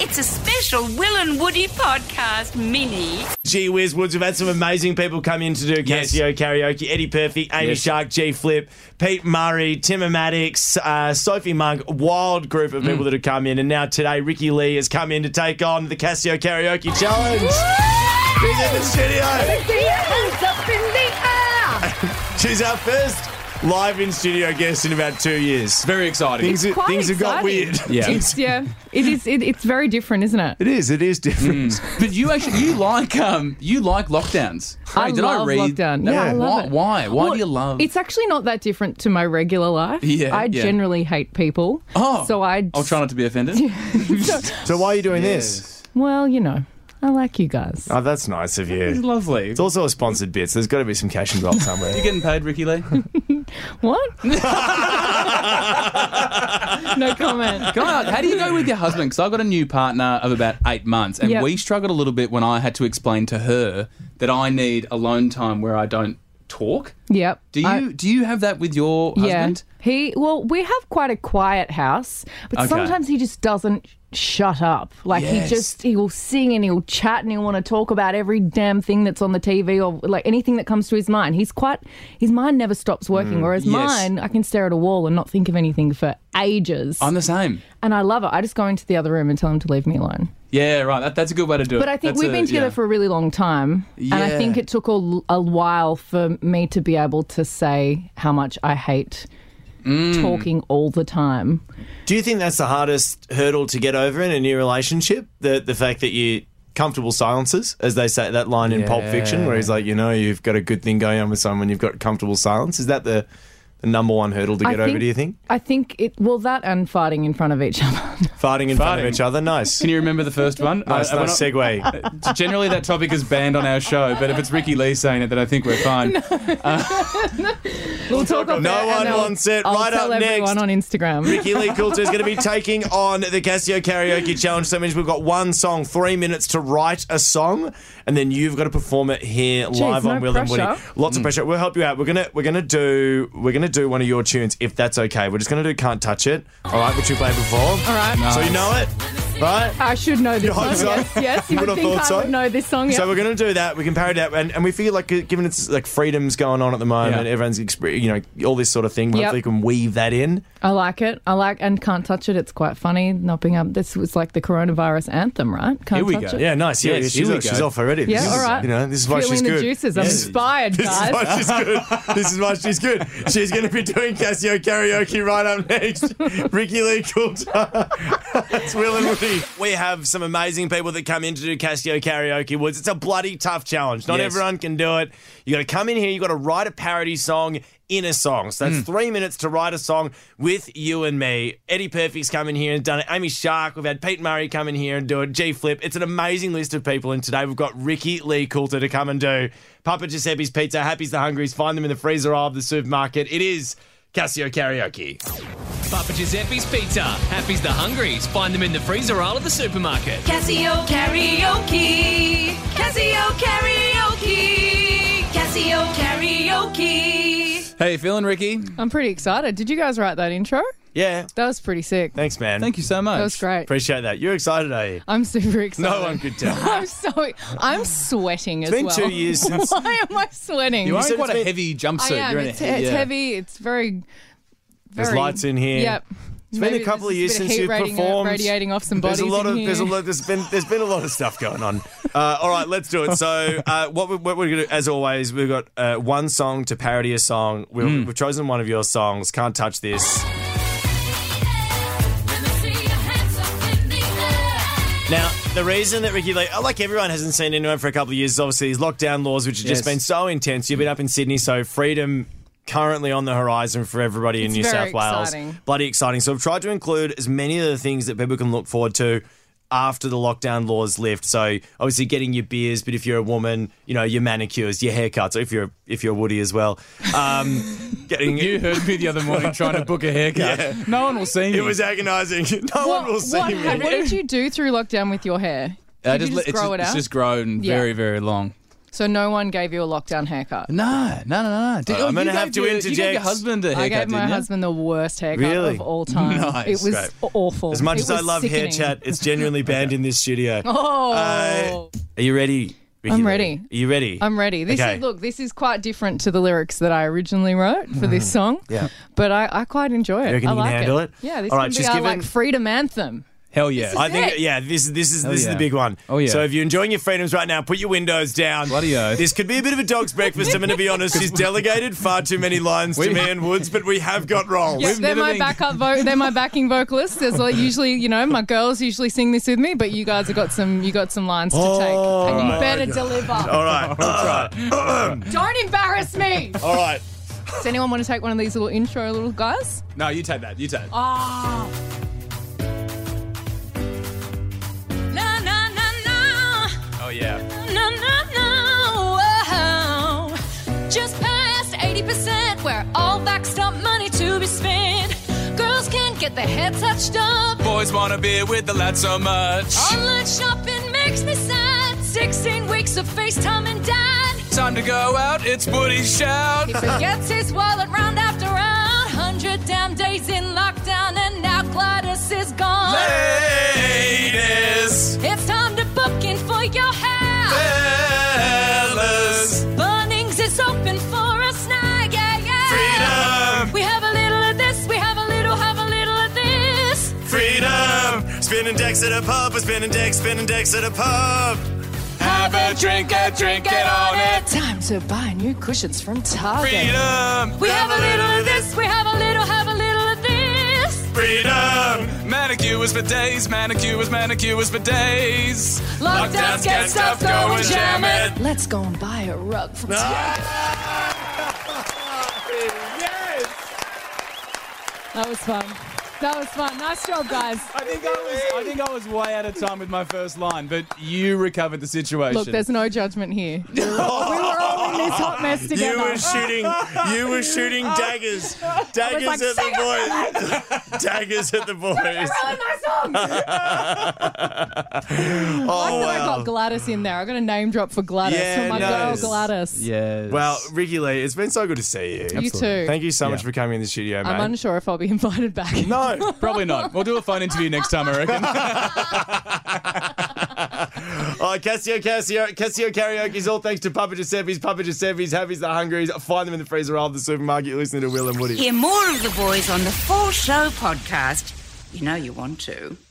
It's a special Will and Woody podcast mini. Gee whiz, Woods, we've had some amazing people come in to do Yes. Casio karaoke. Eddie Perfect, Amy Yes. Shark, G Flip, Pete Murray, Timomatics, uh, Sophie Monk, wild group of Mm. people that have come in. And now today, Ricky Lee has come in to take on the Casio karaoke challenge. She's in the studio. She's our first live in studio guest in about two years. Very exciting. Things, quite things have got exciting. weird. Yeah. It's, yeah, it is. It, it's very different, isn't it? It is, it is different. but you actually you like um you like lockdowns. I Hey, did love I read lockdown. No, Yeah, I love why, it. why? Why Well, do you love? It's actually not that different to my regular life. Yeah, I yeah. generally hate people. oh, so I. I'll try not to be offended. So why are you doing this? Yes. Well, you know, I like you guys. Oh, that's nice of It's you. lovely. It's also a sponsored bit, so there's got to be some cash involved somewhere. you getting paid, Ricky Lee? Can What? no comment. I ask, how do you go with your husband? Because I got a new partner of about eight months, and Yep. we struggled a little bit when I had to explain to her that I need alone time where I don't talk. Yep. Do you I- do you have that with your husband? Yeah. He well, we have quite a quiet house, but Okay. sometimes he just doesn't shut up. Like Yes. he just he will sing and he'll chat and he'll want to talk about every damn thing that's on the TV or like anything that comes to his mind. He's quite his mind never stops working, whereas Mm, yes. mine I can stare at a wall and not think of anything for ages. I'm the same. and I love it. I just go into the other room and tell him to leave me alone. Yeah, right. That, that's a good way to do it. But I think That's we've a- been together yeah. for a really long time. And Yeah. I think it took a, a while for me to be able to say how much I hate talking all the time. Do you think that's the hardest hurdle to get over in a new relationship? The the fact that you comfortable silences, as they say that line in Pulp Fiction, where he's like, you know, you've got a good thing going on with someone, you've got comfortable silence. Is that the the number one hurdle to get over? Do you think I think it, well, that and fighting in front of each other. farting in front of Farting. each other? Nice, Can you remember the first one? nice, I- I- nice we're segue. not- generally, that topic is banned on our show, but if it's Ricky Lee saying it, then I think we're fine. we'll talk about No one wants it. I'll Right tell up everyone next. on Instagram. Keely Coulter is going to be taking on the Casio Karaoke Challenge. So that means we've got one song, three minutes to write a song, and then you've got to perform it here live no on Will and Woody. pressure. Lots of pressure. We'll help you out. We're gonna we're gonna do we're gonna do one of your tunes if that's okay. We're just gonna do "Can't Touch It." All right, which you played before. All right. Uh, so you know it, right? I should know this You hope song. so. Yes, yes. You Would have would think thought I so. would know this song. So yeah. we're going to do that. We can parody that, and, and we feel like uh, given it's like freedoms going on at the moment, Yeah. everyone's exp- you know all this sort of thing. Yep. Hopefully, we can weave that in. I like it. I like and can't touch it. It's quite funny. Not being up. This was like the coronavirus anthem, right? Can't Here we touch go. it. Yeah, nice. Yeah, Yes, yeah, she's, here we off, go. she's off already. Yeah, This is- all right. You know, this is why Feeling she's the good. juices. I'm Yes. inspired, This is guys. why she's good. This is why she's good. She's going to be doing Casio karaoke right up next. Ricky Lee Coulter. That's Will and Woody. We have some amazing people that come in to do Casio karaoke woods. It's a bloody tough challenge. Not Yes. everyone can do it. You got to come in here. You got to write a parody song in a song. So Hmm. that's three minutes to write a song with you and me. Eddie Perfect's come in here and done it. Amy Shark. We've had Pete Murray come in here and do it. G Flip. It's an amazing list of people. And today we've got Ricky Lee Coulter to come and do Papa Giuseppe's Pizza, Happy's the Hungries. Find them in the freezer aisle of the supermarket. It is Casio Karaoke. Papa Giuseppe's Pizza. Happy's the Hungries. Find them in the freezer aisle of the supermarket. Casio karaoke. Casio karaoke. Casio karaoke. How you feeling, Ricky? I'm pretty excited. Did you guys write that intro? Yeah. That was pretty sick. Thanks, man. Thank you so much. That was great. Appreciate that. You're excited, are you? I'm super excited. No one could tell. I'm so I'm sweating as It's been well. two years since- Why am I sweating? You are said in quite it's a been- heavy I jumpsuit. am. You're in a It's, he- it's yeah. heavy. It's very. There's very- lights in here. Yep. It's been a couple of years since you've performed. Radiating off some bodies There's a lot in of here. there's a lot there's been there's been a lot of stuff going on. Uh, all right, let's do it. So uh, what, we, what we're gonna do, as always we've got uh, one song to parody a song. We'll, Hmm. We've chosen one of your songs. Can't touch this. Now the reason that Ricky Lee, like everyone, hasn't seen anyone for a couple of years is obviously these lockdown laws, which have just Yes. been so intense. You've been up in Sydney, so freedom. Currently on the horizon for everybody in It's New very South Wales. exciting. Bloody exciting. So, I've tried to include as many of the things that people can look forward to after the lockdown laws lift. So, obviously, getting your beers, but if you're a woman, you know, your manicures, your haircuts, if you're if you're Woody as well. Um, getting You heard me the other morning trying to book a haircut. Yeah. No one will see me. Uh, It was agonizing. No What, one will see what, me. what did you do through lockdown with your hair? Did I you just it's grow it it's out? just grown Yeah. very, very long. So no one gave you a lockdown haircut. No, no, no, no. Did, Uh, I'm you gonna gave have to your- You gave interject. your husband a haircut, I gave my didn't you? husband the worst haircut Really? of all time. Nice. It was Great. awful. As much It as I was love hair sickening. chat, it's genuinely banned in this studio. Oh, Uh, Are you ready? Ricky I'm Lee? ready. Are you ready? I'm ready. This okay. is, look, this is quite different to the lyrics that I originally wrote for this song. Hmm. Yeah. but I, I quite enjoy it. reckon I you can like handle it? Yeah, this All can right, be she's our given- like freedom anthem. Hell yeah. I think it. yeah, this this is Oh, this is yeah. the big one. Oh, yeah. So if you're enjoying your freedoms right now, put your windows down. Bloody oath. This could be a bit of a dog's breakfast. I'm going to be honest. She's delegated far too many llines to We- me and Woods, but we have got roles. Yeah, We've they're never my been- backup vo- they're my backing vocalists. There's like usually, you know, my girls usually sing this with me, but you guys have got some you got some lines to Oh, take. And my you better deliver. All right. All right. Don't embarrass me. All right. Does anyone want to take one of these little intro little guys? No, you take that. You take. it. Ah. Na, na, na, na. Oh yeah. No, no, no, wow. Just past 80%, where all vaxxed up money to be spent. Girls can't get their hair touched up. Boys wanna be with the lads so much. Oh. Online shopping makes me sad. 16 weeks of FaceTime and dad. Time to go out. It's Woody shout. He forgets his wallet round after round. 100 damn days in lockdown, and now Gladys is gone. Ladies, It's time to book in for your hair. fellas, Bunnings is open for us now. Yeah, yeah. Freedom. We have a little of this, we have a little, have a little of this. Freedom. Spinning decks at a pub. We're spinning decks. Spinning decks at a pub. have a drink, a drink it on it. Time to buy new cushions from Target. Freedom, We have a little of this, we have a little, have a little of this. Freedom. manicures for days, manicures, manicures for days. Lockdowns get stuff going, jam it. Let's go and buy a rug from Target. Yes. That was fun. That was fun. Nice job, guys. I think I was, I think I was way out of time with my first line, but you recovered the situation. Look, there's no judgment here. We were all in this hot mess together. You were shooting. You were shooting daggers. Daggers like, at the boys. daggers at the boys. my song. Oh I got wow. Gladys in there. I got a name drop for Gladys Yeah, for my nice. girl Gladys. yes. Well, Ricky Lee, it's been so good to see you. You too. Thank you so much Yeah. for coming in the studio, mate. I'm unsure if I'll be invited back. no. probably not. We'll do a phone interview next time, I reckon. Oh, Casio, Casio, Casio karaoke's all thanks to Papa Giuseppe's, Papa Giuseppe's, Happy's the Hungries. Find them in the freezer aisle of the supermarket. You're listening to Will and Woody. Hear more of the boys on the Full Show podcast. You know you want to.